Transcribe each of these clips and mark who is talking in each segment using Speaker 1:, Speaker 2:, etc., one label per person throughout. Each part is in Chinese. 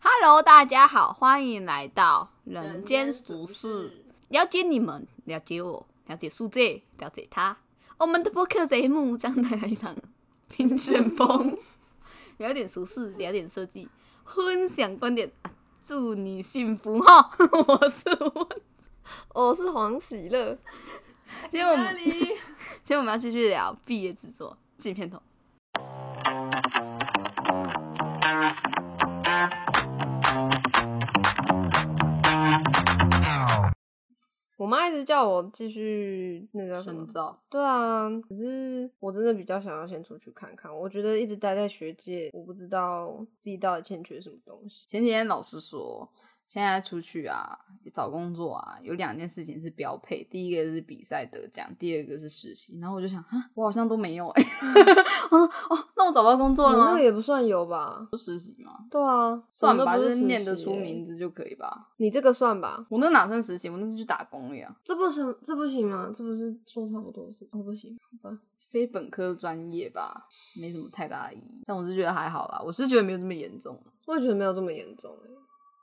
Speaker 1: Hello，大家好，欢迎来到人间俗事，，了解你们，了解我，了解世界，了解他。我们的播客节目将带来一场评选 风，聊点俗事，聊点设计，分享观点，啊祝你幸福哈！ 我是温，
Speaker 2: 我哦是黄喜 乐。
Speaker 1: 今天我们 今天我们要继续聊毕业制作，进片头。
Speaker 2: 我妈一直叫我继续那个什么
Speaker 1: 深，造，
Speaker 2: 对啊，可是我真的比较想要先出去看看。我觉得一直待在学界，我不知道自己到底欠缺什么东西。
Speaker 1: 前几天老师说，现在出去啊找工作啊，有两件事情是标配，第一个是比赛得奖，第二个是实习。然后我就想，啊，我好像都没有哎、 我说哦，那我找不到工作了
Speaker 2: 嗯我
Speaker 1: 吗？
Speaker 2: 那个也不算有吧？
Speaker 1: 不实习吗？
Speaker 2: 对啊，
Speaker 1: 算
Speaker 2: 我
Speaker 1: 吧，
Speaker 2: 那不
Speaker 1: 就是
Speaker 2: 实习
Speaker 1: 念得出
Speaker 2: 欸
Speaker 1: 名。字就可以吧。
Speaker 2: 你这个算吧？
Speaker 1: 我那哪算实习？我那是去打工呀，
Speaker 2: 这不行，这不行吗？这不是做差不多事？哦，不行，好吧。
Speaker 1: 非本科专业吧，没什么太大的意义。但我是觉得还好啦，我是觉得没有这么严重。
Speaker 2: 我也觉得没有这么严重哎、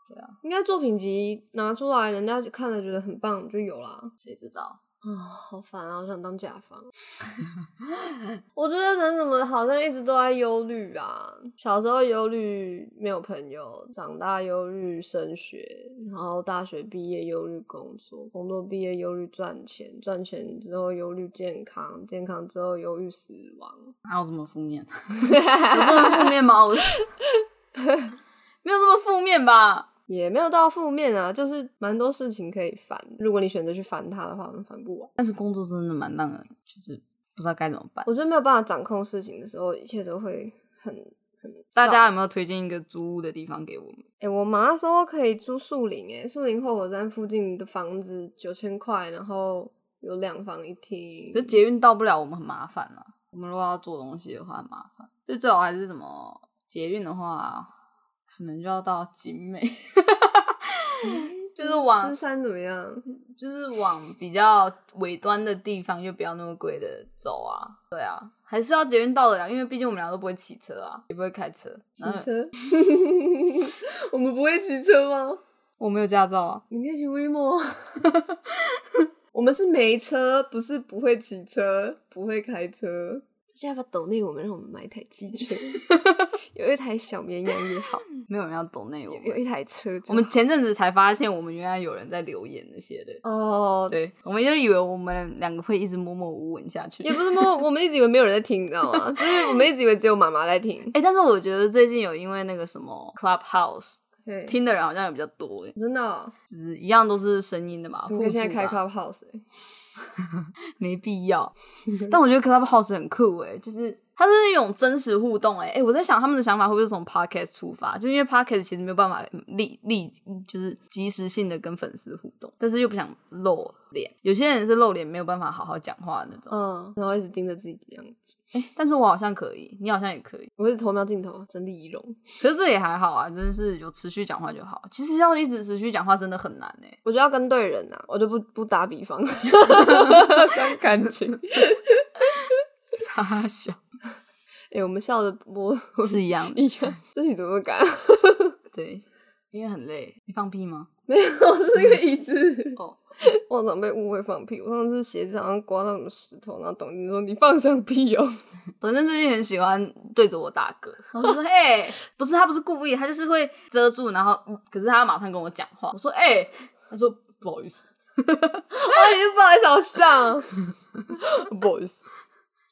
Speaker 1: 对啊，
Speaker 2: 应该作品集拿出来，人家看了觉得很棒就有啦。
Speaker 1: 谁知道？
Speaker 2: 啊，好烦啊！我想当甲方。 我觉得人怎么好像一直都在忧虑啊？小时候忧虑没有朋友，长大忧虑升学，然后大学毕业忧虑工作，工作毕业忧虑赚钱，赚钱之后忧虑健康，健康之后忧虑死亡。
Speaker 1: 哪有这么负面？ 有这么负面吗？我 没有这么负面吧？
Speaker 2: 也没有到负面啊，就是蛮多事情可以烦。如果你选择去烦它的话，那烦不完。
Speaker 1: 但是工作真的蛮让人就是不知道该怎么办。
Speaker 2: 我觉得没有办法掌控事情的时候，一切都会很很
Speaker 1: 大
Speaker 2: 燥
Speaker 1: 家有没有推荐一个租屋的地方给我们？
Speaker 2: 哎、我妈说可以租树林、欸，哎，树林后火车站附近的房子九千块，然后有两房一厅
Speaker 1: 可。是捷运到不了，我们很麻烦啦。我们如果要做东西的话，很麻烦。就最好还是什么捷运的话，可能就要到景美，
Speaker 2: 嗯
Speaker 1: 就是往
Speaker 2: 芝山怎么样？
Speaker 1: 就是往比较尾端的地方，又不要那么贵的走啊。对啊，还是要捷运到的呀，因为毕竟我们俩都不会骑车啊，也不会开车。
Speaker 2: 骑
Speaker 1: 然后
Speaker 2: 车？ 我们不会骑车吗？
Speaker 1: 我没有驾照啊，
Speaker 2: 你可以骑 WeMo 啊。 我们是没车，不是不会骑车，不会开车。现在把抖内我们，让我们买一台机 车，有一台小绵羊也好，
Speaker 1: 没有人要懂啊那我
Speaker 2: 有
Speaker 1: 们
Speaker 2: 有一台车就好。
Speaker 1: 我们前阵子才发现，我们原来有人在留言那些的。
Speaker 2: 哦，
Speaker 1: 对，我们就以为我们两个会一直默默无闻下去。
Speaker 2: 也不是 摸，我们一直以为没有人在听，你知道吗？就是我们一直以为只有妈妈在听。
Speaker 1: 哎、但是我觉得最近有因为那个什么 Clubhouse
Speaker 2: 对，
Speaker 1: 听的人好像也比较多，哎
Speaker 2: 真的哦、
Speaker 1: 就是一样都是声音的嘛。
Speaker 2: 你可以现在开
Speaker 1: 卡
Speaker 2: Clubhouse，、欸、
Speaker 1: 没必 要。但我觉得 Clubhouse 很酷哎，就是它是一种真实互动哎哎，我在想他们的想法会不会是从 Podcast 出发？就因为 Podcast 其实没有办法立立就是及时性的跟粉丝互动，但是又不想露脸。有些人是露脸没有办法好好讲话的那种，
Speaker 2: 嗯，然后一直盯着自己的样子，
Speaker 1: 但是我好像可以，你好像也可以。
Speaker 2: 我一直偷瞄镜头，整理仪容。
Speaker 1: 可是这也还好啊，真的是有持续讲话就好。其实要一直持续讲话真的很难哎、
Speaker 2: 我觉得要跟对人啊，我就不不打比方，伤感情。
Speaker 1: 傻笑
Speaker 2: 哎、我们笑的我
Speaker 1: 是一样的，
Speaker 2: 一样， 这你怎么啊敢？
Speaker 1: 对，因为很累。你放屁吗？
Speaker 2: 没有，是一个椅子。
Speaker 1: 哦，
Speaker 2: 我好常被误会放屁，我上次鞋子好像刮到什么石头，然后董卿说你放上屁 哦。
Speaker 1: 反正最近很喜欢对着我打嗝，然后我就说：“哎、不是他不是故意，他就是会遮住，然后嗯可是他要马上跟我讲话。”我说：“哎、他说不好意思，
Speaker 2: 我已经放在手上， 不好意思。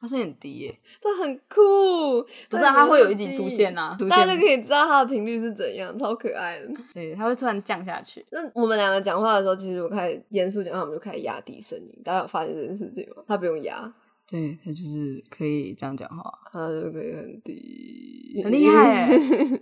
Speaker 1: 他声音很低欸耶、
Speaker 2: 他很酷，
Speaker 1: 不是、啊、他会有一集出现
Speaker 2: 啊，
Speaker 1: 啊，出
Speaker 2: 大家就
Speaker 1: 现
Speaker 2: 可以知道他的频率是怎样，超可爱的。
Speaker 1: 对，他会突然降下去。
Speaker 2: 那我们两个讲话的时候，其实我开始严肃讲话，我们就开始压低声音。大家有发现这件事情吗？他不用压，
Speaker 1: 对他就是可以这样讲话，
Speaker 2: 他就可以很低，
Speaker 1: 很厉害、欸。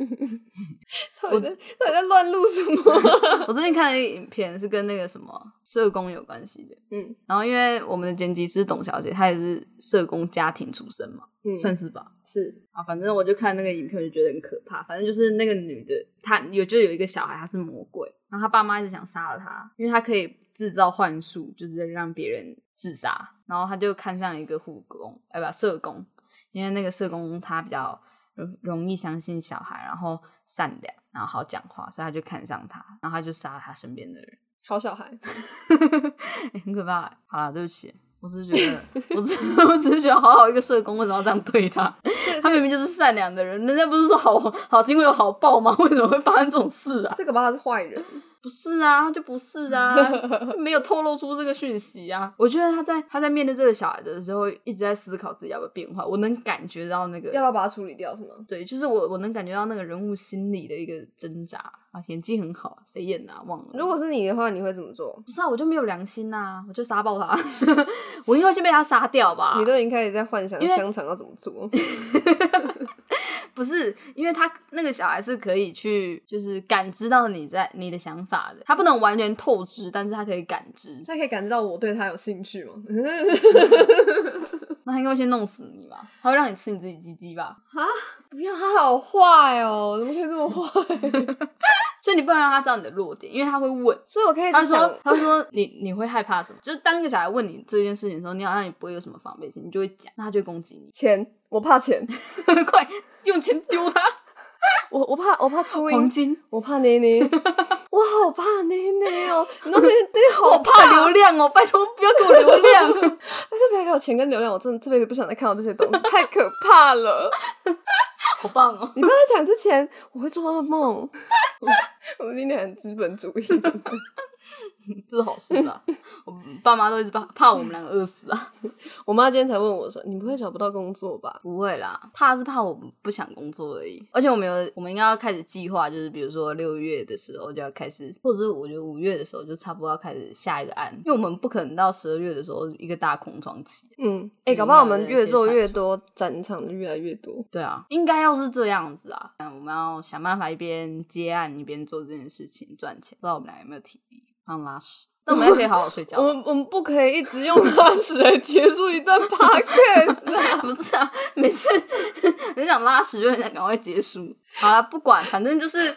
Speaker 2: 他到底在到底在乱录什 么？
Speaker 1: 我最近看了一个影片，是跟那个什么社工有关系的。
Speaker 2: 嗯
Speaker 1: 然后因为我们的剪辑师董小姐，她也是社工家庭出身嘛，
Speaker 2: 嗯，
Speaker 1: 算是吧。
Speaker 2: 是
Speaker 1: 啊，反正我就看那个影片，我就觉得很可怕。反正就是那个女的，她有就有一个小孩，她是魔鬼，然后她爸妈一直想杀了她，因为她可以制造幻术，就是让别人自杀。然后她就看上一个护工，哎不，社工，因为那个社工他比较容容易相信小孩，然后善良，然后好讲话，所以他就看上他，然后他就杀了他身边的人，
Speaker 2: 好小 孩，
Speaker 1: 欸很可怕欸。好了，对不起，我只是觉得，我只我只是 觉得好好一个社工，为什么要这样对他？
Speaker 2: 是
Speaker 1: 他
Speaker 2: 是
Speaker 1: 明明就是善良的人，人家不是说好好行为有好报吗？为什么会发生这种事啊？
Speaker 2: 这个吧，他是坏人，
Speaker 1: 不是啊，他就不是啊，没有透露出这个讯息啊。我觉得他在他在面对这个小孩的时候，一直在思考自己要不要变坏。我能感觉到那个
Speaker 2: 要不要把他处理掉是吗？
Speaker 1: 对，就是我我能感觉到那个人物心理的一个挣扎啊，演技很好，谁演的、啊、忘了。
Speaker 2: 如果是你的话，你会怎么做？
Speaker 1: 不是啊，我就没有良心呐、我就杀爆他， 我应该会先被他杀掉吧？
Speaker 2: 你都已经开始在幻想
Speaker 1: 因为
Speaker 2: 香肠要怎么 做，
Speaker 1: 不是，因为他那个小孩是可以去就是感知到你在你的想法的，他不能完全透支，但是他可以感知。
Speaker 2: 他可以感知到我对他有兴趣吗？
Speaker 1: 那他应该会先弄死你吧？他会让你吃你自己鸡鸡吧？
Speaker 2: 不要，他好坏哦，怎么可以这么坏？
Speaker 1: 所以你不能让他知道你的弱点，因为他会问。
Speaker 2: 所以我可以
Speaker 1: 他
Speaker 2: 想
Speaker 1: 说：“他说你你会害怕什么？就是当一个小孩问你这件事情的时候，你好像也不会有什么防备心，你就会讲，那他就会攻击你。
Speaker 2: 钱，我怕钱，
Speaker 1: 快用钱丢他！
Speaker 2: 我我怕我怕初音，
Speaker 1: 金，
Speaker 2: 我怕捏 捏，我好怕捏捏 哦，你都没捏好，
Speaker 1: 我怕流量哦，拜托不要给我流量。
Speaker 2: 但是不要给我钱跟流量，我真的这辈子不想再看到这些东西，太可怕了。
Speaker 1: 好棒哦！
Speaker 2: 你不要再讲之前，我会做噩 梦。我们今天很资本主义，真的
Speaker 1: 这是好事啊！我爸妈都一直怕怕我们两个饿死啊。
Speaker 2: 我妈今天才问我说：“你不会找不到工作吧
Speaker 1: 不会啦，怕是怕我不想工作而已。而且我们有，我们应该要开始计划，就是比如说六月的时候就要开始，或者是我觉得五月的时候就差不多要开始下一个案，因为我们不可能到十二月的时候一个大空窗期。？”
Speaker 2: 嗯，哎、搞不好我们越做越多，展场就越来越多。
Speaker 1: 对啊，应该要是这样子啊。嗯，我们要想办法一边接案一边做这件事情赚钱。不知道我们俩有没有体力？放拉屎，那我们也可以好好睡 觉
Speaker 2: 我。们我们不可以一直用拉屎来结束一段 podcast 啊！
Speaker 1: 不是啊，每次 很想拉屎，就很想赶快结束。好了，不管，反正就是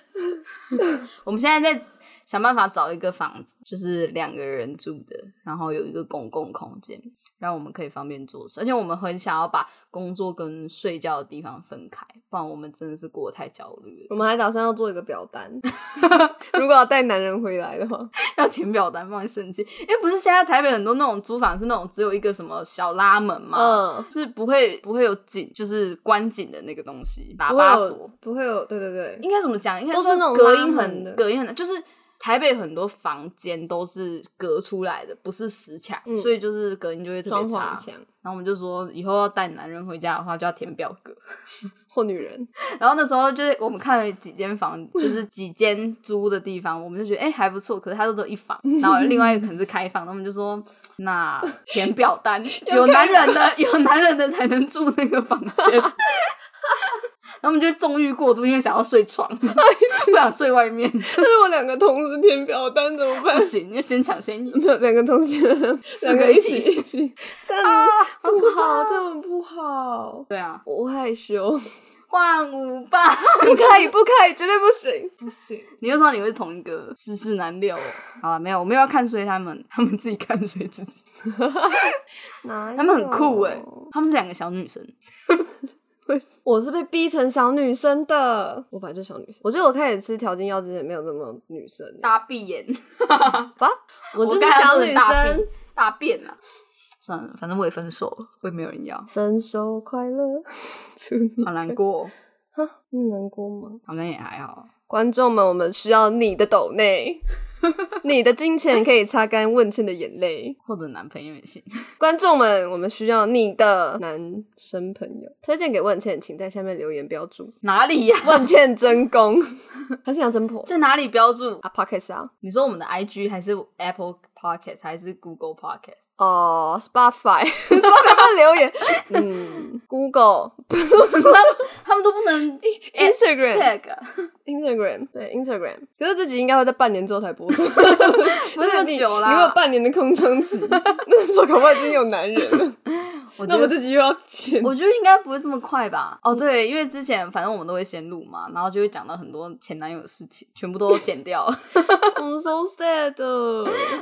Speaker 1: 我们现在在想办法找一个房子，就是两个人住的，然后有一个公共空间，让我们可以方便做事。而且我们很想要把工作跟睡觉的地方分开，不然我们真的是过得太焦虑
Speaker 2: 我
Speaker 1: 了。
Speaker 2: 们还打算要做一个表单， 如果要带男人回来的 话，
Speaker 1: 要填表单，不然生气。因为不是现在台北很多那种租房是那种只有一个什么小拉门嘛。
Speaker 2: 嗯，
Speaker 1: 是不会不会有紧，就是关紧的那个东西，喇
Speaker 2: 不会
Speaker 1: 叭
Speaker 2: 有
Speaker 1: 锁，
Speaker 2: 不会有，对对对，
Speaker 1: 应该怎么讲？应该
Speaker 2: 都是
Speaker 1: 说
Speaker 2: 那种
Speaker 1: 隔
Speaker 2: 拉
Speaker 1: 音
Speaker 2: 门
Speaker 1: 很
Speaker 2: 的
Speaker 1: 隔音很，就是台北很多房间都是隔出来的，不是实墙，
Speaker 2: 嗯
Speaker 1: 所以就是隔音就会特
Speaker 2: 装
Speaker 1: 别
Speaker 2: 潢
Speaker 1: 差。
Speaker 2: 墙
Speaker 1: 然后我们就说，以后要带男人回家的话，就要填表格。
Speaker 2: 或女人，
Speaker 1: 然后那时候就是我们看了几间房，就是几间租的地方，我们就觉得哎、诶还不错，可是它都只有一房，然后另外一个可能是开放，那我们就说那填表单，有男人的有男人的才能住那个房间。然后我们就纵欲过度，因为想要睡床，不想睡外面，
Speaker 2: 但是我两个同时填表单怎么办
Speaker 1: 不？行，要先抢先赢。
Speaker 2: 没有两个同事， 两
Speaker 1: 个
Speaker 2: 个
Speaker 1: 一
Speaker 2: 一
Speaker 1: 起
Speaker 2: 起一起，这样不好，这样不好。
Speaker 1: 对啊，
Speaker 2: 我害羞，
Speaker 1: 换五吧。
Speaker 2: 不可以，不可以，绝对不行，不行。
Speaker 1: 你就说你会同一个世事难料哦。好了，没有，我没有要看衰他们，他们自己看衰自己。
Speaker 2: 哪有
Speaker 1: 他们很
Speaker 2: 哦
Speaker 1: 酷哎、他们是两个小女生。
Speaker 2: 我是被逼成小女生的，我本来就小女生。我觉得我开始吃调经药之前没有这么女生，
Speaker 1: 大闭 眼，
Speaker 2: 我就是
Speaker 1: 刚才
Speaker 2: 小
Speaker 1: 说
Speaker 2: 女
Speaker 1: 大
Speaker 2: 生
Speaker 1: 便。大便啊！算了，反正我也分手了，我也没有人要，
Speaker 2: 分手快 乐，祝你
Speaker 1: 好难过、哦，
Speaker 2: 哈，你难过吗？
Speaker 1: 好像也还好。
Speaker 2: 观众们，我们需要你的抖 内，你的金钱可以擦干问倩的眼泪。
Speaker 1: 或者男朋友也行，
Speaker 2: 观众们，我们需要你的男生朋友推荐给问倩，请在下面留言标注
Speaker 1: 哪里呀、
Speaker 2: 问倩真公， 还是杨真婆
Speaker 1: 在哪里标注？
Speaker 2: 啊 p o c k e t 啊，
Speaker 1: 你说我们的 IG 还是 Apple Podcast 还是 Google Podcast？
Speaker 2: 哦、s p o t i f y s p o t i f y 留言，嗯，Google、
Speaker 1: 他们都不能
Speaker 2: Instagram、
Speaker 1: 哎 tag，啊
Speaker 2: Instagram，对 Instagram，可是自己应该会在半年之后才播 出，
Speaker 1: 不是那么久
Speaker 2: 你，你会有
Speaker 1: 啦。
Speaker 2: 半年的空窗期，那时候恐怕已经有男人了。
Speaker 1: 我觉
Speaker 2: 那我们
Speaker 1: 得。
Speaker 2: 自己又要剪。
Speaker 1: 我觉得应该不会这么快吧？哦，对，因为之前反正我们都会先录嘛，然后就会讲到很多前男友的事情，全部都剪掉了，
Speaker 2: I'm so sad，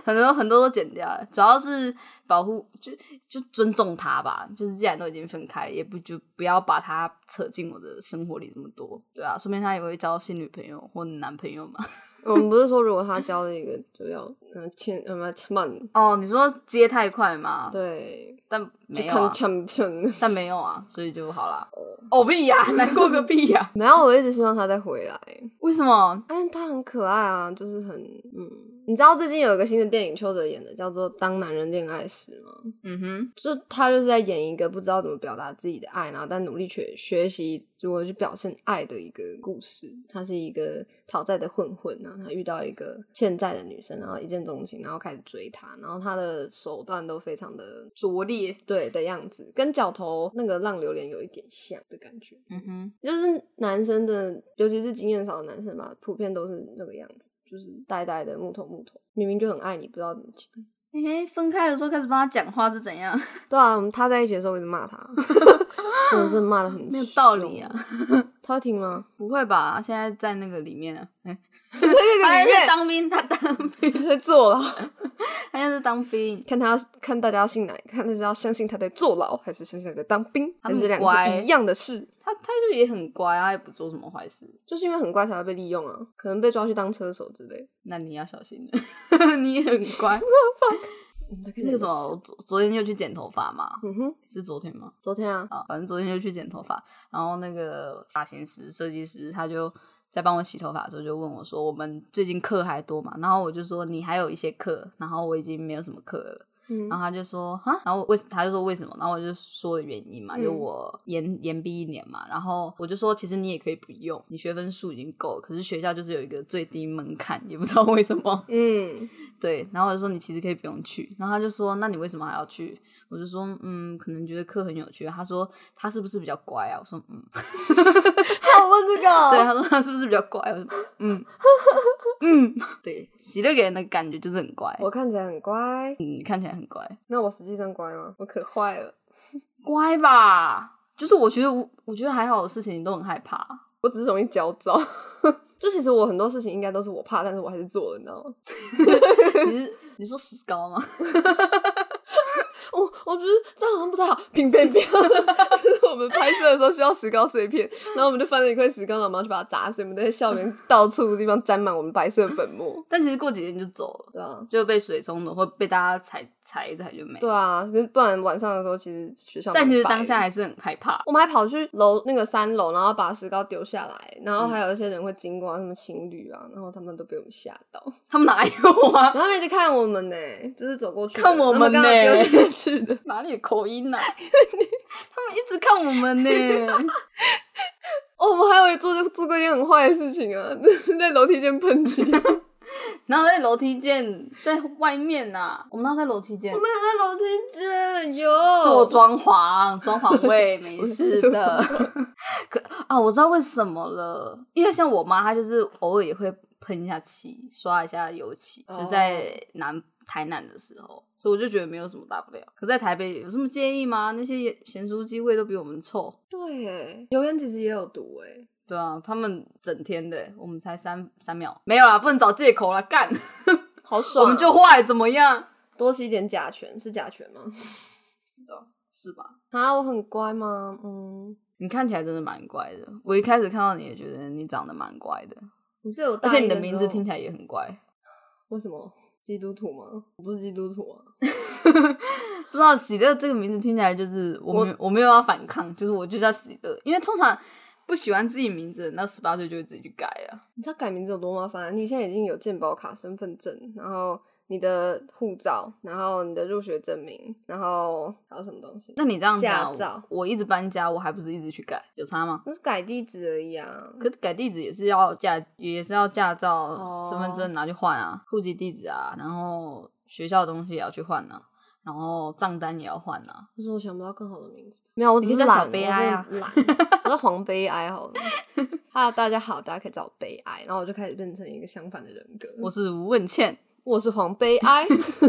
Speaker 1: 很多很多都剪掉了。主要是保护，就就尊重他吧。就是既然都已经分开了，也不就不要把他扯进我的生活里这么多。对啊，说明他也会交新女朋友或男朋友嘛。
Speaker 2: 我们不是说如果他交了一个就要嗯千什么千万
Speaker 1: 哦，你说接太快嘛？
Speaker 2: 对，
Speaker 1: 但没
Speaker 2: 就
Speaker 1: 有、啊
Speaker 2: 看，千千。
Speaker 1: 但没有啊，所以就好啦。哦屁呀、难过个屁呀、
Speaker 2: 没有，我一直希望他再回来，
Speaker 1: 为什么？
Speaker 2: 因为他很可爱啊，就是很嗯。你知道最近有一个新的电影邱泽演的，叫做《当男人恋爱时》吗？
Speaker 1: 嗯哼，
Speaker 2: 就他就是在演一个不知道怎么表达自己的爱，然后但努力学学习如何去表现爱的一个故事。他是一个讨债的混混，然后他遇到一个欠债的女生，然后一见钟情，然后开始追她，然后他的手段都非常的
Speaker 1: 拙劣。
Speaker 2: 对的样子，跟角头那个浪流连有一点像的感觉。
Speaker 1: 嗯哼，
Speaker 2: 就是男生的，尤其是经验少的男生吧，普遍都是那个样子，就是呆呆的木头木头，明明就很爱你，不知道怎么讲。
Speaker 1: 诶、分开的时候开始帮他讲话是怎样？
Speaker 2: 对啊，我们他在一起的时候我一直骂他， 我真的骂的很
Speaker 1: 没有道理啊！
Speaker 2: 凶！他会听吗？
Speaker 1: 不会吧？他现在在那个里面啊，诶
Speaker 2: 那
Speaker 1: 他在当兵，他当 兵，
Speaker 2: 在坐牢，
Speaker 1: 他现在在当兵。
Speaker 2: 看他看大家要信哪，看他是要相信他在坐牢，还是相信他在当兵，
Speaker 1: 他
Speaker 2: 还
Speaker 1: 很
Speaker 2: 是两个
Speaker 1: 乖
Speaker 2: 是一样的事。
Speaker 1: 他他就也很乖啊，他也不做什么坏事。
Speaker 2: 就是因为很乖才会被利用啊，可能被抓去当车手之类。
Speaker 1: 那你要小心 了，你也很乖。那个什么，我昨昨天就去剪头发嘛，
Speaker 2: 嗯哼，
Speaker 1: 是昨天吗？
Speaker 2: 昨天啊，
Speaker 1: 啊，反正昨天就去剪头发，然后那个发型师、设计师他就在帮我洗头发的时候就问我说：“我们最近课还多嘛？”然后我就说：“你还有一些课，然后我已经没有什么课了。”
Speaker 2: 嗯
Speaker 1: 然后他就说：“哈。”然后为他就说为什么？然后我就说原因嘛，就
Speaker 2: 嗯
Speaker 1: 我延延毕一年嘛。然后我就说，其实你也可以不用，你学分数已经够了，可是学校就是有一个最低门槛，也不知道为什么。
Speaker 2: 嗯，
Speaker 1: 对，然后我就说你其实可以不用去，然后他就说那你为什么还要去？我就说嗯，可能觉得课很有趣。他说他是不是比较乖啊？我说嗯，
Speaker 2: 他有问这个
Speaker 1: 对，他说他是不是比较乖？我说嗯 嗯，对，喜乐给人的感觉就是很乖，
Speaker 2: 我看起来很乖，
Speaker 1: 嗯，看起来很乖，
Speaker 2: 那我实际上乖吗？我可坏了，
Speaker 1: 乖吧？就是我觉得我我觉得还好的事情你都很害怕，
Speaker 2: 我只是容易焦躁。 就其实我很多事情应该都是我怕，但是我还是做了，你知道吗？
Speaker 1: 你是你说石膏吗？
Speaker 2: 我我觉得这样好像不太好，平平 平。就是我们拍摄的时候需要石膏碎片，然后我们就翻了一块石膏，然后我们要去把它砸碎，我们在 校园到处地方沾满我们白色粉末。
Speaker 1: 但其实过几天就走了，
Speaker 2: 对啊，
Speaker 1: 就被水冲走，或被大家踩踩一踩就没。
Speaker 2: 对啊，可是不然晚上的时候其实学校蛮
Speaker 1: 但其实
Speaker 2: 白的
Speaker 1: 当下还是很害怕。
Speaker 2: 我们还跑去楼那个三楼，然后把石膏丢下来，然后
Speaker 1: 嗯
Speaker 2: 还有一些人会经过啊，什么情侣啊，然后他们都被我们吓到，
Speaker 1: 他们哪有啊？
Speaker 2: 然后他们一直看我们呢、就是走过去的
Speaker 1: 看我们呢
Speaker 2: 他刚刚 丢下去的。
Speaker 1: 哪里有口音呐、 他们一直看我们呢、
Speaker 2: 哦，我们还有做做过一件很坏的事情啊，在楼梯间喷 漆，我们
Speaker 1: 然后在楼梯间，在外面呐、我们那在楼梯间
Speaker 2: 在楼梯间有
Speaker 1: 做装潢，装潢位没事
Speaker 2: 做装
Speaker 1: 的。可啊，我知道为什么了，因为像我妈，她就是偶尔也会喷一下漆，刷一下油漆，
Speaker 2: 哦
Speaker 1: 就在南台南的时候。所以我就觉得没有什么大不了，可在台北有这么介意吗？那些咸酥鸡味都比我们臭，
Speaker 2: 对耶，油烟其实也有毒哎，
Speaker 1: 对啊，他们整天的，我们才三三秒，没有啦，不能找借口啦，干，
Speaker 2: 好
Speaker 1: 我
Speaker 2: 爽啊、
Speaker 1: 们就坏，怎么样？
Speaker 2: 多吸一点甲醛，是甲醛吗？
Speaker 1: 是的，是吧？
Speaker 2: 啊，我很乖吗？嗯，
Speaker 1: 你看起来真的蛮乖的，我一开始看到你也觉得你长得蛮乖的，
Speaker 2: 我记得我大
Speaker 1: 而且
Speaker 2: 一
Speaker 1: 你
Speaker 2: 的
Speaker 1: 的
Speaker 2: 时
Speaker 1: 名字
Speaker 2: 候
Speaker 1: 听起来也很乖，
Speaker 2: 为什么基督徒吗？我不是基督徒啊。
Speaker 1: 不知道喜乐这个名字听起来就是我没有我没有要反抗，就是我就叫喜乐，因为通常不喜欢自己名字的人，到十八岁就会自己去改啊。
Speaker 2: 你知道改名字有多麻烦？啊你现在已经有健保卡、身份证，然后你的护照，然后你的入学证明，然后还有什么东西？
Speaker 1: 那你这样讲，
Speaker 2: 驾照
Speaker 1: 我我一直搬家，我还不是一直去改，有差吗？
Speaker 2: 那是改地址而已啊。
Speaker 1: 可是改地址也是要驾，也是要驾照
Speaker 2: 哦、
Speaker 1: 身份证拿去换啊，户籍地址啊，然后学校的东西也要去换啊，然后账单也要换啊。
Speaker 2: 可是我想不到更好的名字。没有，我只
Speaker 1: 你
Speaker 2: 是
Speaker 1: 可以叫
Speaker 2: 懒，
Speaker 1: 小悲哀啊
Speaker 2: 我真的懒。我叫黄悲哀 好了。哈，大家好，大家可以叫我悲哀。然后我就开始变成一个相反的人格。
Speaker 1: 我是吴问倩，
Speaker 2: 我是黄悲 哀，我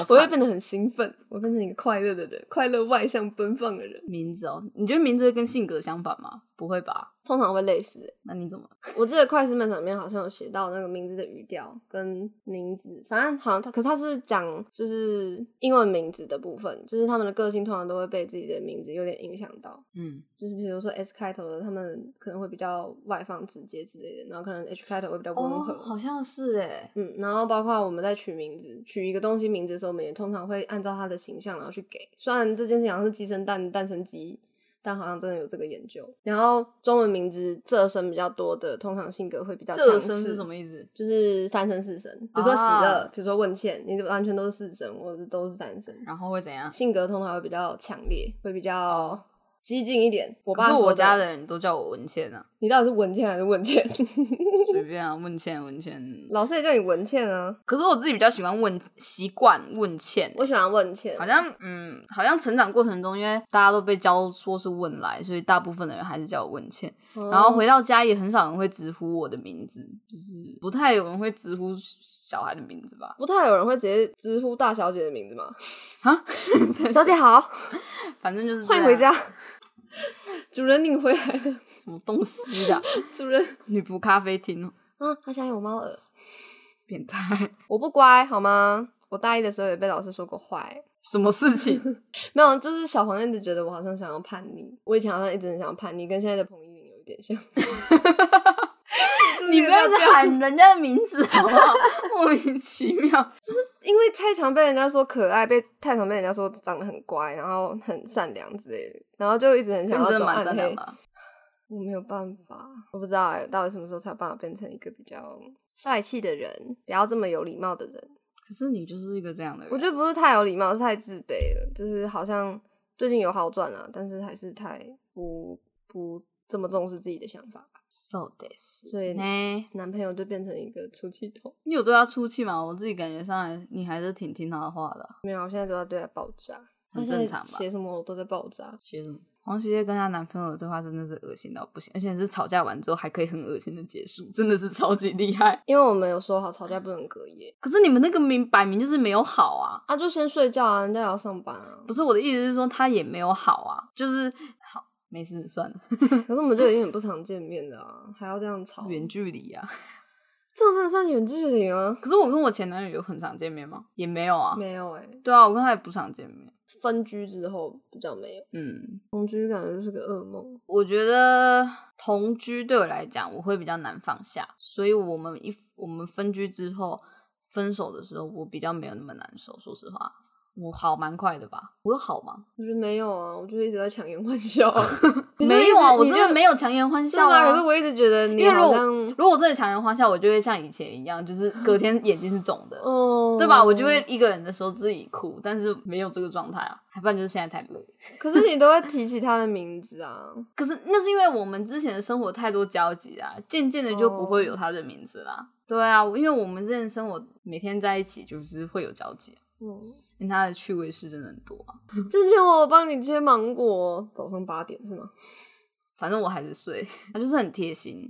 Speaker 1: 我
Speaker 2: 会
Speaker 1: 会
Speaker 2: 变得很兴奋，我变成一个快乐的人，快乐外向奔放的人，
Speaker 1: 名字哦，你觉得名字会跟性格相反吗？不会吧？
Speaker 2: 通常会累死、
Speaker 1: 那你怎么？
Speaker 2: 我记得《快思慢想》里面好像有写到那个名字的语调跟名字，反正好像他，可是他是讲就是英文名字的部分，就是他们的个性通常都会被自己的名字有点影响到，
Speaker 1: 嗯，
Speaker 2: 就是比如说 S 开头的，他们可能会比较外放直接之类的，然后可能 H 开头会比较温
Speaker 1: 哦
Speaker 2: 和。，
Speaker 1: 好像是哎，
Speaker 2: 嗯，然后包括我们在取名字，取一个东西名字的时候，我们也通常会按照它的形象然后去给。虽然这件事情好像是鸡生蛋，蛋生鸡，但好像真的有这个研究。然后中文名字仄声比较多的，通常性格会比较强
Speaker 1: 这
Speaker 2: 势。
Speaker 1: 声是什么？意思？
Speaker 2: 就是三声四声，比如说喜乐，
Speaker 1: 啊
Speaker 2: 比如说问倩，你完全都是四声，我都是三声。
Speaker 1: 然后会怎样？
Speaker 2: 性格通常会比较强烈，会比较激进一点。我
Speaker 1: 可
Speaker 2: 爸
Speaker 1: 是
Speaker 2: 说
Speaker 1: 我家的，人都叫我文倩 啊，
Speaker 2: 你到底是文倩还是问倩？
Speaker 1: 随便啊，文倩文倩。
Speaker 2: 老师也叫你文倩啊，
Speaker 1: 可是我自己比较喜欢问，习惯问倩。
Speaker 2: 我喜欢问倩。
Speaker 1: 好像嗯，好像成长过程中，因为大家都被教说是问来，所以大部分的人还是叫我问倩。然后
Speaker 2: 哦
Speaker 1: 回到家也很少人会直呼我的名字，就是不太有人会直呼小孩的名字吧？
Speaker 2: 不太有人会直接直呼大小姐的名字嘛？
Speaker 1: 啊，
Speaker 2: 小姐好，
Speaker 1: 反正就是这
Speaker 2: 欢迎
Speaker 1: 样
Speaker 2: 回家， 主人领回来了，
Speaker 1: 什么东西的
Speaker 2: 主人。
Speaker 1: 女仆咖啡厅哦，
Speaker 2: 啊，他现在有猫耳，
Speaker 1: 变态，
Speaker 2: 我不乖好吗？我大一的时候也被老师说过坏，
Speaker 1: 什么事情？
Speaker 2: 没有，就是小黄一直觉得我好像想要叛逆，我以前好像一直很想要叛逆，跟现在的彭一玲有一点像。
Speaker 1: 你不要一直
Speaker 2: 样，
Speaker 1: 喊人家的名 字好不好？莫名其妙。
Speaker 2: 因为太常被人家说可爱，被太常被人家说长得很乖，然后很善良之类的，然后就一直很
Speaker 1: 你
Speaker 2: 想要
Speaker 1: 真的
Speaker 2: 走暗
Speaker 1: 蛮
Speaker 2: 黑。
Speaker 1: 善良的啊，
Speaker 2: 我没有办法，我不知道、欸、到底什么时候才有办法变成一个比较帅气的人，不要这么有礼貌的人。
Speaker 1: 可是你就是一个这样的人。
Speaker 2: 我觉得不是太有礼貌，是太自卑了。就是好像最近有好转啊，但是还是太不不这么重视自己的想法。
Speaker 1: so this，
Speaker 2: 所以
Speaker 1: 呢，
Speaker 2: 男朋友就变成一个出气筒，
Speaker 1: 你有对他出气吗？我自己感觉上来，你还是挺听他的话的啊。
Speaker 2: 没有，我现在都在对他爆炸，
Speaker 1: 很
Speaker 2: 他现在
Speaker 1: 正常吧
Speaker 2: 写什么我都在爆炸。
Speaker 1: 写什么？黄喜叶跟她男朋友的对话真的是恶心到不行，而且是吵架完之后还可以很恶心的结束，真的是超级厉害。
Speaker 2: 因为我们有说好吵架不能隔夜
Speaker 1: 可是你们那个明摆明就是没有好啊，
Speaker 2: 啊，就先睡觉啊，人家也要上班啊。
Speaker 1: 不是我的意思是说他也没有好啊，就是好没事算了，
Speaker 2: 可是我们就已经很不常见面了啊，还要这样吵，
Speaker 1: 远距离啊。
Speaker 2: 这种真的算远距离吗？
Speaker 1: 可是我跟我前男友有很常见面吗？也没有啊。
Speaker 2: 没有哎、
Speaker 1: 对啊，我跟他也不常见面。
Speaker 2: 分居之后比较没有，
Speaker 1: 嗯，
Speaker 2: 同居感觉就是个噩梦。
Speaker 1: 我觉得同居对我来讲，我会比较难放下，所以我们一我们分居之后，分手的时候，我比较没有那么难受。说实话，我好蛮快的吧？我有好吗？
Speaker 2: 我觉得没有啊，我就一直在强颜 欢笑啊。你就一直
Speaker 1: 没有啊，我真的没
Speaker 2: 有
Speaker 1: 有强颜欢
Speaker 2: 是
Speaker 1: 笑
Speaker 2: 吗？
Speaker 1: 啊。
Speaker 2: 可是我一直觉得
Speaker 1: 因
Speaker 2: 你
Speaker 1: 为如
Speaker 2: 好
Speaker 1: 果
Speaker 2: 像
Speaker 1: 如果我真的强颜欢笑，我就会像以前一样，就是隔天眼睛是肿的。
Speaker 2: 哦，
Speaker 1: 对吧？我就会。一个人的时候自己哭，但是没有这个状态啊，还不然就是现在太累。
Speaker 2: 可是你都会提起他的名字 啊，
Speaker 1: 可是那是因为我们之前的生活太多交集啦，渐渐的就不
Speaker 2: 哦
Speaker 1: 会有他的名字啦。对啊，因为我们之前生活每天在一起，就是会有交集啊，
Speaker 2: 嗯，
Speaker 1: 因为他的趣味是真的很多啊。
Speaker 2: 之前我有帮你切芒果，早上八点是吗？
Speaker 1: 反正我还是睡，他就是很贴心。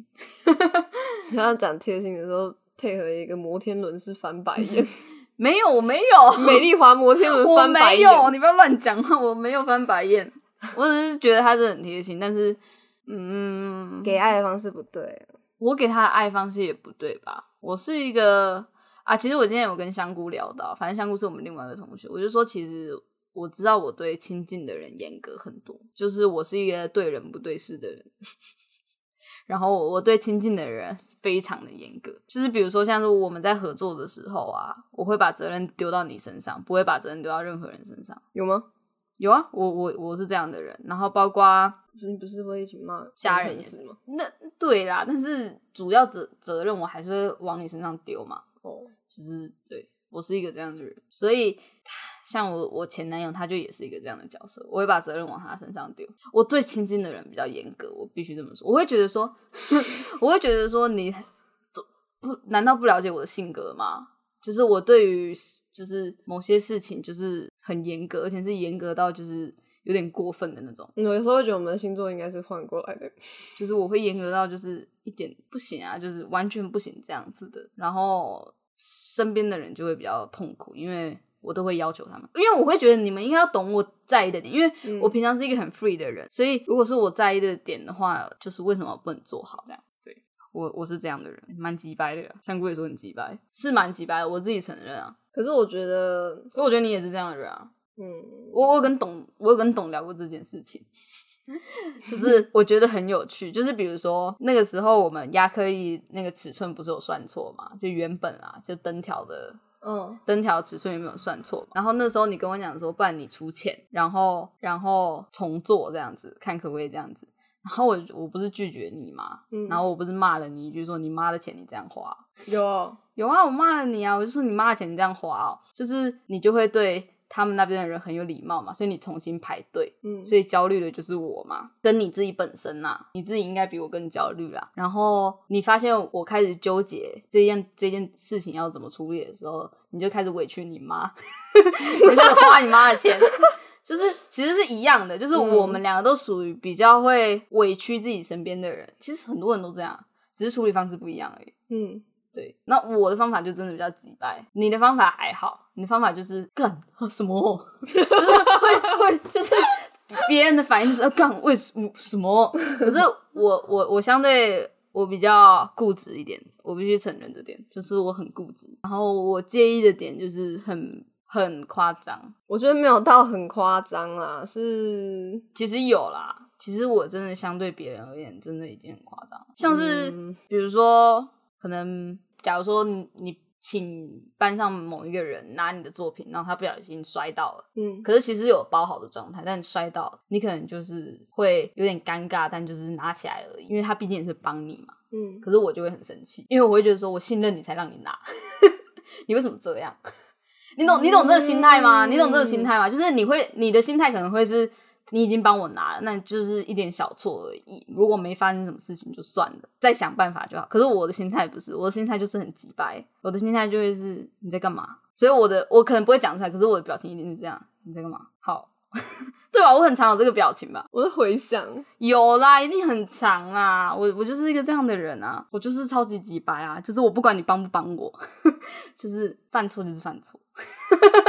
Speaker 2: 你要讲贴心的时候，配合一个摩天轮式翻白 眼，
Speaker 1: 没有，我没有，
Speaker 2: 美丽华摩天轮
Speaker 1: 我
Speaker 2: 翻白
Speaker 1: 没
Speaker 2: 眼，
Speaker 1: 有，你不要乱讲话，我没有翻白眼， 我只是觉得他是很贴心，但是，嗯，
Speaker 2: 给爱的方式不对啊。
Speaker 1: 我给他的爱方式也不对吧？我是一个啊，其实我今天有跟香菇聊到，反正香菇是我们另外一个同学，我就说其实我知道我对亲近的人严格很多，就是我是一个对人不对事的人。 然后我我对亲近的人非常的严格，就是比如说像是我们在合作的时候啊，我会把责任丢到你身上，不会把责任丢到任何人身上。
Speaker 2: 有吗？
Speaker 1: 有啊，我我我是这样的人，然后包括
Speaker 2: 不是你不是会一起骂
Speaker 1: 家
Speaker 2: 工
Speaker 1: 人
Speaker 2: 程
Speaker 1: 也
Speaker 2: 师
Speaker 1: 是
Speaker 2: 吗？
Speaker 1: 那对啦，但是主要责责任我还是会往你身上丢嘛，
Speaker 2: 哦，
Speaker 1: 就是对我是一个这样的人，所以他像我我前男友他就也是一个这样的角色，我会把责任往他身上丢。我对亲近的人比较严格，我必须这么说，我会觉得说， 我会觉得说你不难道不了解我的性格吗？就是我对于就是某些事情就是很严格，而且是严格到就是有点过分的那种。
Speaker 2: 嗯我有时候会觉得我们的星座应该是换过来的。
Speaker 1: 就是我会严格到就是一点不行啊，就是完全不行这样子的。然后身边的人就会比较痛苦，因为我都会要求他们，因为我会觉得你们应该要懂我在意的点，因为我平常是一个很 free 的人，所以如果是我在意的点的话，就是为什么不能做好这样？对我我是这样的人，蛮急掰的、啊，像顾也说很急掰，是蛮急掰的，我自己承认啊。
Speaker 2: 可是我觉得，
Speaker 1: 可我觉得你也是这样的人啊。
Speaker 2: 嗯，
Speaker 1: 我我有跟董，我有跟董聊过这件事情，就是 我觉得很有趣。就是比如说那个时候我们亚克力那个尺寸不是有算错嘛？就原本啊，就灯条的
Speaker 2: 嗯，
Speaker 1: 灯条尺寸有没有算错嘛？然后那时候你跟我讲说，不然你出钱，然后然后重做这样子，看可不可以这样子。然后我我不是拒绝你嘛，
Speaker 2: 嗯
Speaker 1: 然后我不是骂了你一句说你妈的钱你这样花，
Speaker 2: 有哦
Speaker 1: 有啊，我骂了你啊，我就说你妈的钱你这样花哦，就是你就会对他们那边的人很有礼貌嘛，所以你重新排队，
Speaker 2: 嗯，
Speaker 1: 所以焦虑的就是我嘛，跟你自己本身啦、你自己应该比我更焦虑啦。然后你发现我开始纠结这件这件事情要怎么处理的时候，你就开始委屈你妈， 你就开始花你妈的钱。 就是其实是一样的，就是我们两个都属于比较会委屈自己身边的人。其实很多人都这样，只是处理方式不一样而已。
Speaker 2: 嗯，
Speaker 1: 对，那我的方法就真的比较急败，你的方法还好，你的方法就是干啊什么， 就是会会就是别人的反应就是啊干为什么什么，可是我我我相对我比较固执一点，我必须承认这点，就是我很固执，然后我介意的点就是很很夸张，
Speaker 2: 我觉得没有到很夸张啦，是
Speaker 1: 其实有啦，其实我真的相对别人而言，真的已经很夸张了，像是。
Speaker 2: 嗯
Speaker 1: 比如说，可能假如说你你请班上某一个人拿你的作品，然后他不小心摔到了，
Speaker 2: 嗯
Speaker 1: 可是其实有包好的状态，但摔到了你可能就是会有点尴尬，但就是拿起来而已，因为他毕竟也是帮你嘛。
Speaker 2: 嗯，
Speaker 1: 可是我就会很生气，因为我会觉得说我信任你才让你拿， 你为什么这样？ 你懂你懂这个心态吗？你懂这个心态吗？就是你会你的心态可能会是你已经帮我拿了，那就是一点小错而已。如果没发生什么事情就算了，再想办法就好。可是我的心态不是，我的心态就是很急白，我的心态就会是你在干嘛？所以我的我可能不会讲出来，可是我的表情一定是这样，你在干嘛？好， 对吧？我很常有这个表情吧。
Speaker 2: 我在回想，
Speaker 1: 有啦，一定很长啦。我我就是一个这样的人啊，我就是超级直白啊，就是我不管你帮不帮我， 就是犯错就是犯错，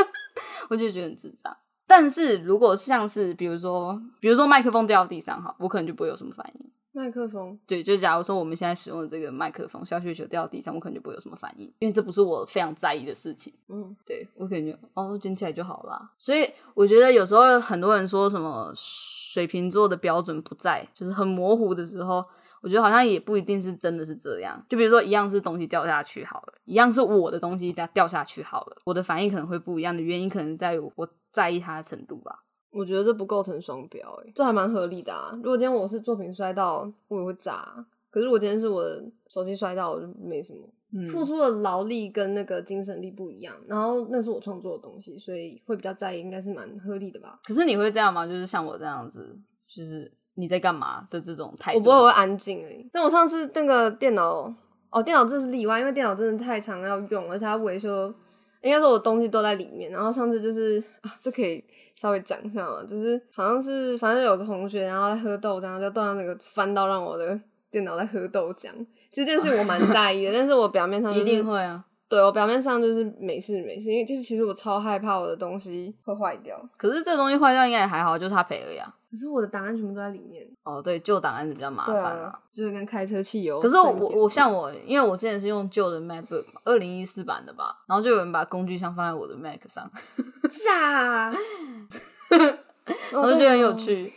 Speaker 1: 我就觉得很智障。但是如果像是比如说，比如说麦克风掉到地上哈，我可能就不会有什么反应。
Speaker 2: 麦克风，
Speaker 1: 对，就假如说我们现在使用的这个麦克风小雪球掉到地上，我可能就不会有什么反应，因为这不是我非常在意的事情。
Speaker 2: 嗯
Speaker 1: 对我感觉哦，卷起来就好啦。所以我觉得有时候很多人说什么水瓶座的标准不在，就是很模糊的时候，我觉得好像也不一定是真的是这样。就比如说一样是东西掉下去好了，一样是我的东西掉掉下去好了，我的反应可能会不一样的原因可能在于我我在意它的程度吧。
Speaker 2: 我觉得这不构成双标、欸，这还蛮合理的啊。如果今天我是作品摔到，我也会炸。啊可是我今天是我的手机摔到，我就没什么。
Speaker 1: 嗯
Speaker 2: 付出的劳力跟那个精神力不一样，然后那是我创作的东西，所以会比较在意，应该是蛮合理的吧。
Speaker 1: 可是你会这样吗？就是像我这样子，就是你在干嘛的这种态度？
Speaker 2: 我不会，我会安静而已。像我上次那个电脑，哦，电脑这是例外，因为电脑真的太常要用，而且它维修，应该说我东西都在里面。然后上次就是啊，这可以稍微讲一下嘛，就是好像是反正有个同学，然后在喝豆浆，就豆浆那个翻到让我的电脑在喝豆浆。其实这件事我蛮在 意的，但是我表面上、就是、
Speaker 1: 一定会啊。
Speaker 2: 对我表面上就是没事没事，因为就是其实我超害怕我的东西会坏掉，
Speaker 1: 可是这东西坏掉应该也还好，就是他赔而已啊。
Speaker 2: 可是我的档案全部都在里面。
Speaker 1: 哦，对，旧档案是比较麻
Speaker 2: 对
Speaker 1: 烦
Speaker 2: 啊，就是跟开车汽油
Speaker 1: 可
Speaker 2: 省一
Speaker 1: 是
Speaker 2: 点。
Speaker 1: 我我像我，因为我之前是用旧的 MacBook，二零一四版的吧，然后就有人把工具箱放在我的 Mac 上，
Speaker 2: 炸，
Speaker 1: 我
Speaker 2: 我
Speaker 1: 就觉得很有。
Speaker 2: 啊
Speaker 1: 趣。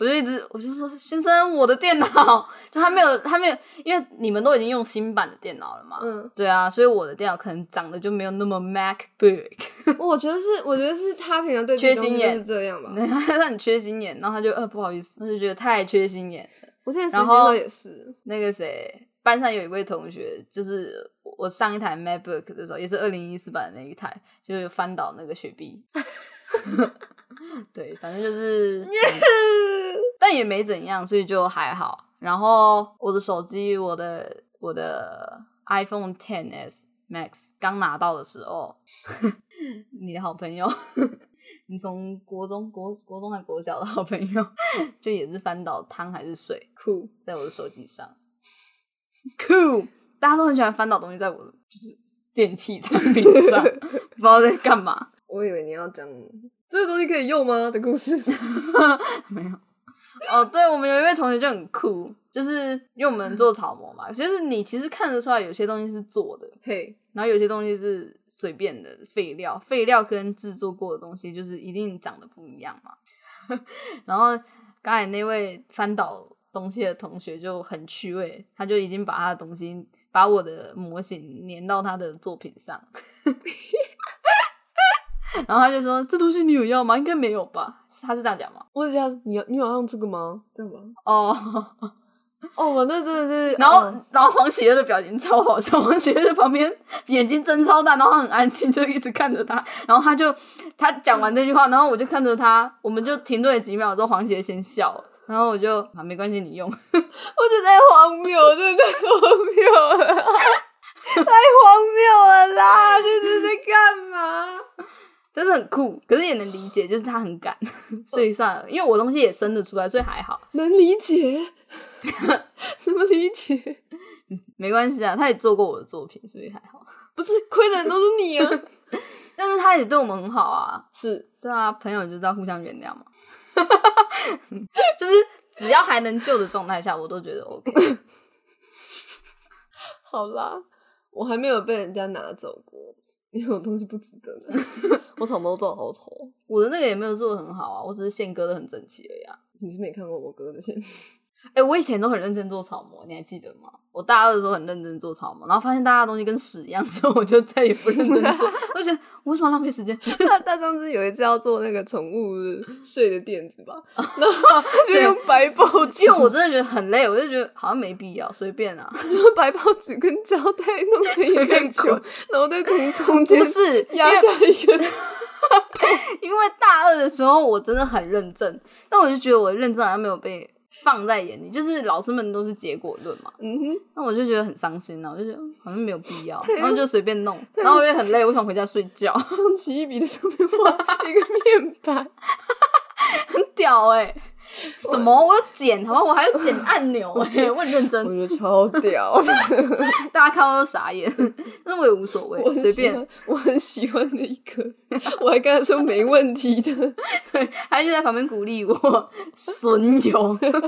Speaker 1: 我就一直我就说先生，我的电脑就还没有还没有，因为你们都已经用新版的电脑了嘛，
Speaker 2: 嗯，
Speaker 1: 对啊，所以我的电脑可能长得就没有那么 MacBook，
Speaker 2: 我觉得是，我觉得是他平常对自己
Speaker 1: 缺
Speaker 2: 东西
Speaker 1: 心眼
Speaker 2: 就是这 样吧。
Speaker 1: 然后他很缺心眼，然后他就呃不好意思，他就觉得太缺心眼。
Speaker 2: 我之前实习
Speaker 1: 然
Speaker 2: 的时
Speaker 1: 后
Speaker 2: 候也是，
Speaker 1: 那个谁，班上有一位同学，就是我上一台 MacBook 的时候，也是二零一四版的那一台，就是翻倒那个雪碧。 对，反正就是， 但也没怎样，所以就还好。然后我的手机，我的我的 iPhone 10s Max 刚拿到的时候， 你的好朋友， 你从国中国国中还国小的好朋友，就也是翻倒汤还是水，
Speaker 2: 酷，
Speaker 1: 在我的手机上。酷，大家都很喜欢翻倒东西在我的就是电器产品上，不知道在干嘛。
Speaker 2: 我以为你要讲这个东西可以用吗的故 事。
Speaker 1: 没有。哦，对，我们有一位同学就很酷，就是因为我们做草模嘛， 就是你其实看得出来有些东西是做的，
Speaker 2: 嘿，
Speaker 1: 然后有些东西是随便的废料，废料跟制作过的东西就是一定长得不一样嘛。 然后刚才那位翻倒东西的同学就很趣味，他就已经把他的东西，把我的模型粘到他的作品上， 然后他就说：“这东西你有要吗？应该没有吧？”他是这样讲吗？
Speaker 2: 我只要你有你有用这个吗？对吧？
Speaker 1: 哦，
Speaker 2: 哦，我那真的是，
Speaker 1: 然后
Speaker 2: 哦
Speaker 1: 然后黄喜乐的表情超好笑， 黄喜乐在旁边眼睛睁超大，然后他很安静，就一直看着他，然后他就他讲完这句话，然后我就看着他，我们就停顿了几秒之后，黄喜乐先笑了，然后我就啊没关系，你用，
Speaker 2: 我觉得太荒谬，真的太荒谬 了，太荒谬了啦！这是在干 嘛？
Speaker 1: 但是很酷，可是也能理解，就是他很赶， 所以算了，因为我东西也生得出来，所以还好，
Speaker 2: 能理解？ 怎么理解？
Speaker 1: 没关系啊，他也做过我的作品，所以还好，
Speaker 2: 不是亏人都是你 啊！
Speaker 1: 但是他也对我们很好啊，
Speaker 2: 是，
Speaker 1: 对啊，朋友就是要互相原谅嘛， 就是只要还能救的状态下，我都觉得 OK。
Speaker 2: 好啦，我还没有被人家拿走过，因为我东西不值得拿。 我草帽多好丑，哦
Speaker 1: 我的那个也没有做的很好啊，我只是线割的很整齐而已啊。
Speaker 2: 你是没看过我哥的线？
Speaker 1: 哎、我以前都很认真做草模，你还记得吗？我大二的时候很认真做草模，然后发现大家的东西跟屎一样，之后我就再也不认真做，我就觉得我为什么要浪费时间？
Speaker 2: 他他上次有一次要做那个宠物睡的垫子吧， 然后就用白报纸，
Speaker 1: 因为我真的觉得很累，我就觉得好像没必要，随便啊，
Speaker 2: 用白报纸跟胶带弄成一
Speaker 1: 随
Speaker 2: 个
Speaker 1: 便
Speaker 2: 球
Speaker 1: 捆，
Speaker 2: 然后再 从中间
Speaker 1: 不是
Speaker 2: 压下一个。
Speaker 1: 因为大二的时候我真的很认真，但我就觉得我的认真好像没有被放在眼里，就是老师们都是结果论嘛，
Speaker 2: 嗯哼，
Speaker 1: 那我就觉得很伤心啊，我就觉得嗯好像没有必要，然后就随便弄，然后我也很累，我想回家睡觉，
Speaker 2: 他用奇异笔在上面画一个面板，
Speaker 1: 很屌 哎、什么？我有剪，好吧，我还有剪按钮哎、我很认
Speaker 2: 我
Speaker 1: 真，
Speaker 2: 觉得超屌，
Speaker 1: 大家看到都傻眼， 但是我也无所谓
Speaker 2: 我，啊很
Speaker 1: 随
Speaker 2: 喜
Speaker 1: 便，
Speaker 2: 欢，我很喜欢的一个，我还跟他说没问题 的。
Speaker 1: 对，他就在旁边鼓励我， 损友，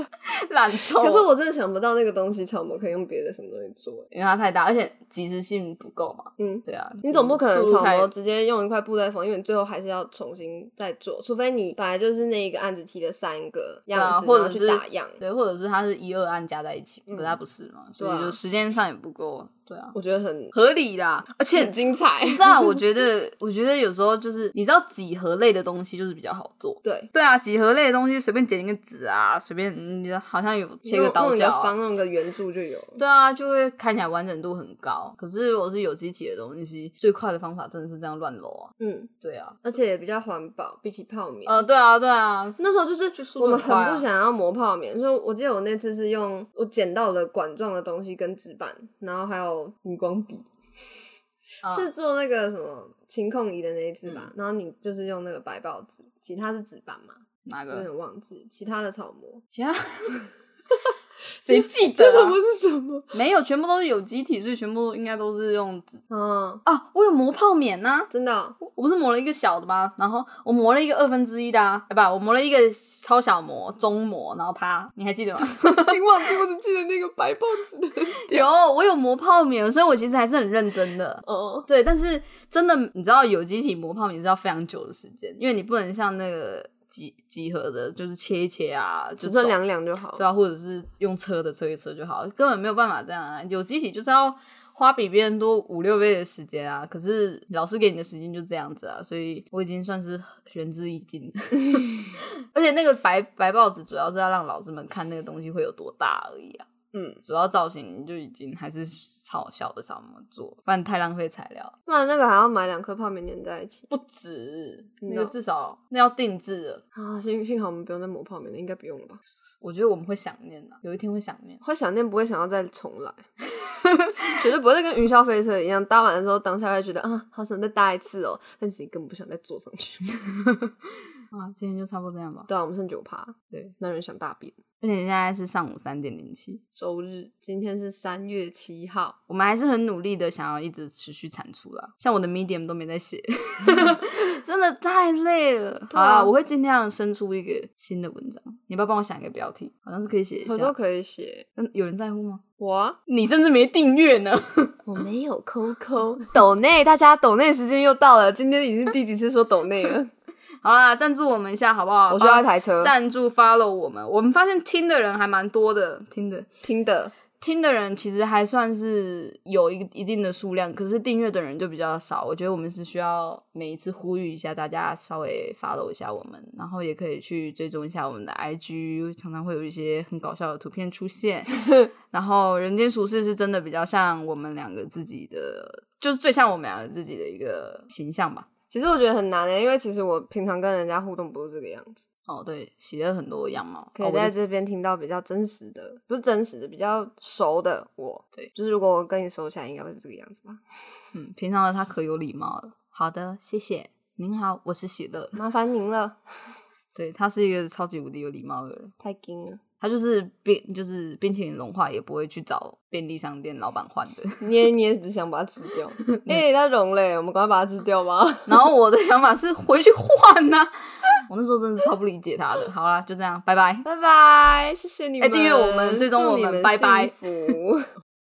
Speaker 1: 懒透。
Speaker 2: 可是我真的想不到那个东西草模可以用别的什么东西做。
Speaker 1: 因为它太大，而且及时性不够嘛，
Speaker 2: 嗯，
Speaker 1: 对啊，
Speaker 2: 你总不可能
Speaker 1: 速度
Speaker 2: 草
Speaker 1: 太
Speaker 2: 模直接用一块布袋缝，因为你最后还是要重新再做，除非你本来就是那一个案子提的三个样子，
Speaker 1: 啊或者
Speaker 2: 然后去
Speaker 1: 是
Speaker 2: 打样。
Speaker 1: 对，或者是它是一二案加在一起，
Speaker 2: 嗯
Speaker 1: 可它不是嘛，所
Speaker 2: 对
Speaker 1: 以
Speaker 2: 啊
Speaker 1: 就时间上也不够，对啊，
Speaker 2: 我觉得 很
Speaker 1: 合理啦，而且
Speaker 2: 很精彩
Speaker 1: 不。是啊，我觉得，我觉得有时候就是你知道几何类的东西就是比较好做。
Speaker 2: 对，
Speaker 1: 对啊，几何类的东西随便剪一个纸啊，随便嗯你好像有切个
Speaker 2: 弄
Speaker 1: 刀
Speaker 2: 弄
Speaker 1: 角、
Speaker 2: 个
Speaker 1: 啊
Speaker 2: 方，，弄个圆柱就有了。
Speaker 1: 对啊，就会看起来完整度很高。可是如果是有机体的东西，最快的方法真的是这样乱揉啊。
Speaker 2: 嗯，
Speaker 1: 对啊，
Speaker 2: 而且也比较环保，比起泡棉。
Speaker 1: 呃，对啊，对啊，
Speaker 2: 那时候就是
Speaker 1: 就速度
Speaker 2: 我们很
Speaker 1: 快啊
Speaker 2: 不想要磨泡棉，所以我记得我那次是用我捡到的管状的东西跟纸板，然后还有荧光笔，
Speaker 1: 啊
Speaker 2: 是做那个什么晴空仪的那一次吧。然后你就是用那个白报纸，其他是纸板嘛，
Speaker 1: 哪
Speaker 2: 我有
Speaker 1: 个？
Speaker 2: 点忘记，其他的草模。
Speaker 1: 其 他谁记得、
Speaker 2: 这什
Speaker 1: 啊
Speaker 2: 么？是什么？
Speaker 1: 没有，全部都是有机体，所以全部应该都是用纸
Speaker 2: 嗯，
Speaker 1: 啊。我有磨泡棉呐、
Speaker 2: 真的哦、
Speaker 1: 我不是磨了一个小的吗？然后我磨了一个二分之一的啊，哎不，我磨了一个超小磨、中磨，然后它，你还记得吗？
Speaker 2: 已经忘记，我只记得那个白报纸的。
Speaker 1: 有，我有磨泡棉，所以我其实还是很认真的。
Speaker 2: 哦，
Speaker 1: 对，但是真的，你知道有机体磨泡棉是要非常久的时间，因为你不能像那个几几何的，就是切一切啊，就
Speaker 2: 尺寸
Speaker 1: 走
Speaker 2: 量量就好。
Speaker 1: 对啊，或者是用车的车一车就好，根本没有办法这样啊。有机体就是要花比别人多五六倍的时间啊，可是老师给你的时间就这样子啊，所以我已经算是仁至义尽。 而且那个白白报纸主要是要让老师们看那个东西会有多大而已啊，
Speaker 2: 嗯，
Speaker 1: 主要造型就已经还是草小的草模做，不然太浪费材料了，
Speaker 2: 不然那个还要买两颗泡棉粘在一起
Speaker 1: 不值。那
Speaker 2: No
Speaker 1: 个至少那要定制的，
Speaker 2: 啊！幸幸好我们不用再磨泡棉了，应该不用了吧？
Speaker 1: 我觉得我们会想念的、有一天会想念。啊
Speaker 2: 会想念，不会想要再重来， 绝对不会再跟云霄飞车一样，搭完的时候当下会觉得啊，好想再搭一次哦，但是你根本不想再坐上去。
Speaker 1: 哇，今天就差不多这样吧。
Speaker 2: 对啊，我们剩九趴，
Speaker 1: 对，
Speaker 2: 让人想大便。
Speaker 1: 而且现在是上午三点零七，
Speaker 2: 周日，今天是三月七号，
Speaker 1: 我们还是很努力的想要一直持续产出啦。像我的 Medium 都没在 写，真的太累了。好
Speaker 2: 啊
Speaker 1: 啦，我会尽量生出一个新的文章。你要不要帮我想一个标题？好像是可以写一
Speaker 2: 我都
Speaker 1: 下。
Speaker 2: 可以写。
Speaker 1: 但有人在乎吗？
Speaker 2: 我啊
Speaker 1: 你甚至没订阅呢。
Speaker 3: 我没有抠抠，
Speaker 2: 抖内，大家抖内时间又到了，今天已经第几次说抖内 了？
Speaker 1: 好啦，赞助我们一下好不好？
Speaker 2: 我需要一台车，
Speaker 1: 赞助 follow 我们。我们发现听的人还蛮多的，听的
Speaker 2: 听的，
Speaker 1: 听的人其实还算是有一一定的数量，可是订阅的人就比较少。我觉得我们是需要每一次呼吁一下大家，稍微 follow 一下我们，然后也可以去追踪一下我们的 IG，常常会有一些很搞笑的图片出 现。然后《人间俗世》是真的比较像我们两个自己的，就是最像我们两个自己的一个形象吧。
Speaker 2: 其实我觉得很难诶、欸因为其实我平常跟人家互动不是这个样子，
Speaker 1: 哦，对，洗了很多样貌，
Speaker 2: 可
Speaker 1: 哦
Speaker 2: 以
Speaker 1: 我就
Speaker 2: 在
Speaker 1: 是
Speaker 2: 这边听到比较真实的，不是真实的，比较熟的我。
Speaker 1: 对
Speaker 2: 就是如果我跟你熟起来，应该会是这个样子吧？
Speaker 1: 嗯，平常的他可有礼貌了。好的，谢谢。您好，我是喜乐。
Speaker 2: 麻烦您了，
Speaker 1: 对他是一个超级无敌有礼貌的人，
Speaker 2: 太硬了，
Speaker 1: 他就是冰就是冰淇淋融化也不会去找便利商店老板换的。
Speaker 2: 你也你也只想把它吃 掉，哎、它融嘞，我们赶快把它吃掉吧。
Speaker 1: 然后我的想法是回去换呐、我那时候真的是超不理解他的。好啦，就这样，拜拜。
Speaker 2: 拜拜，谢谢你
Speaker 1: 哎
Speaker 2: 们，
Speaker 1: 订阅我们追踪
Speaker 2: 祝
Speaker 1: 我
Speaker 2: 你
Speaker 1: 们
Speaker 2: 们，
Speaker 1: 拜拜
Speaker 2: 福。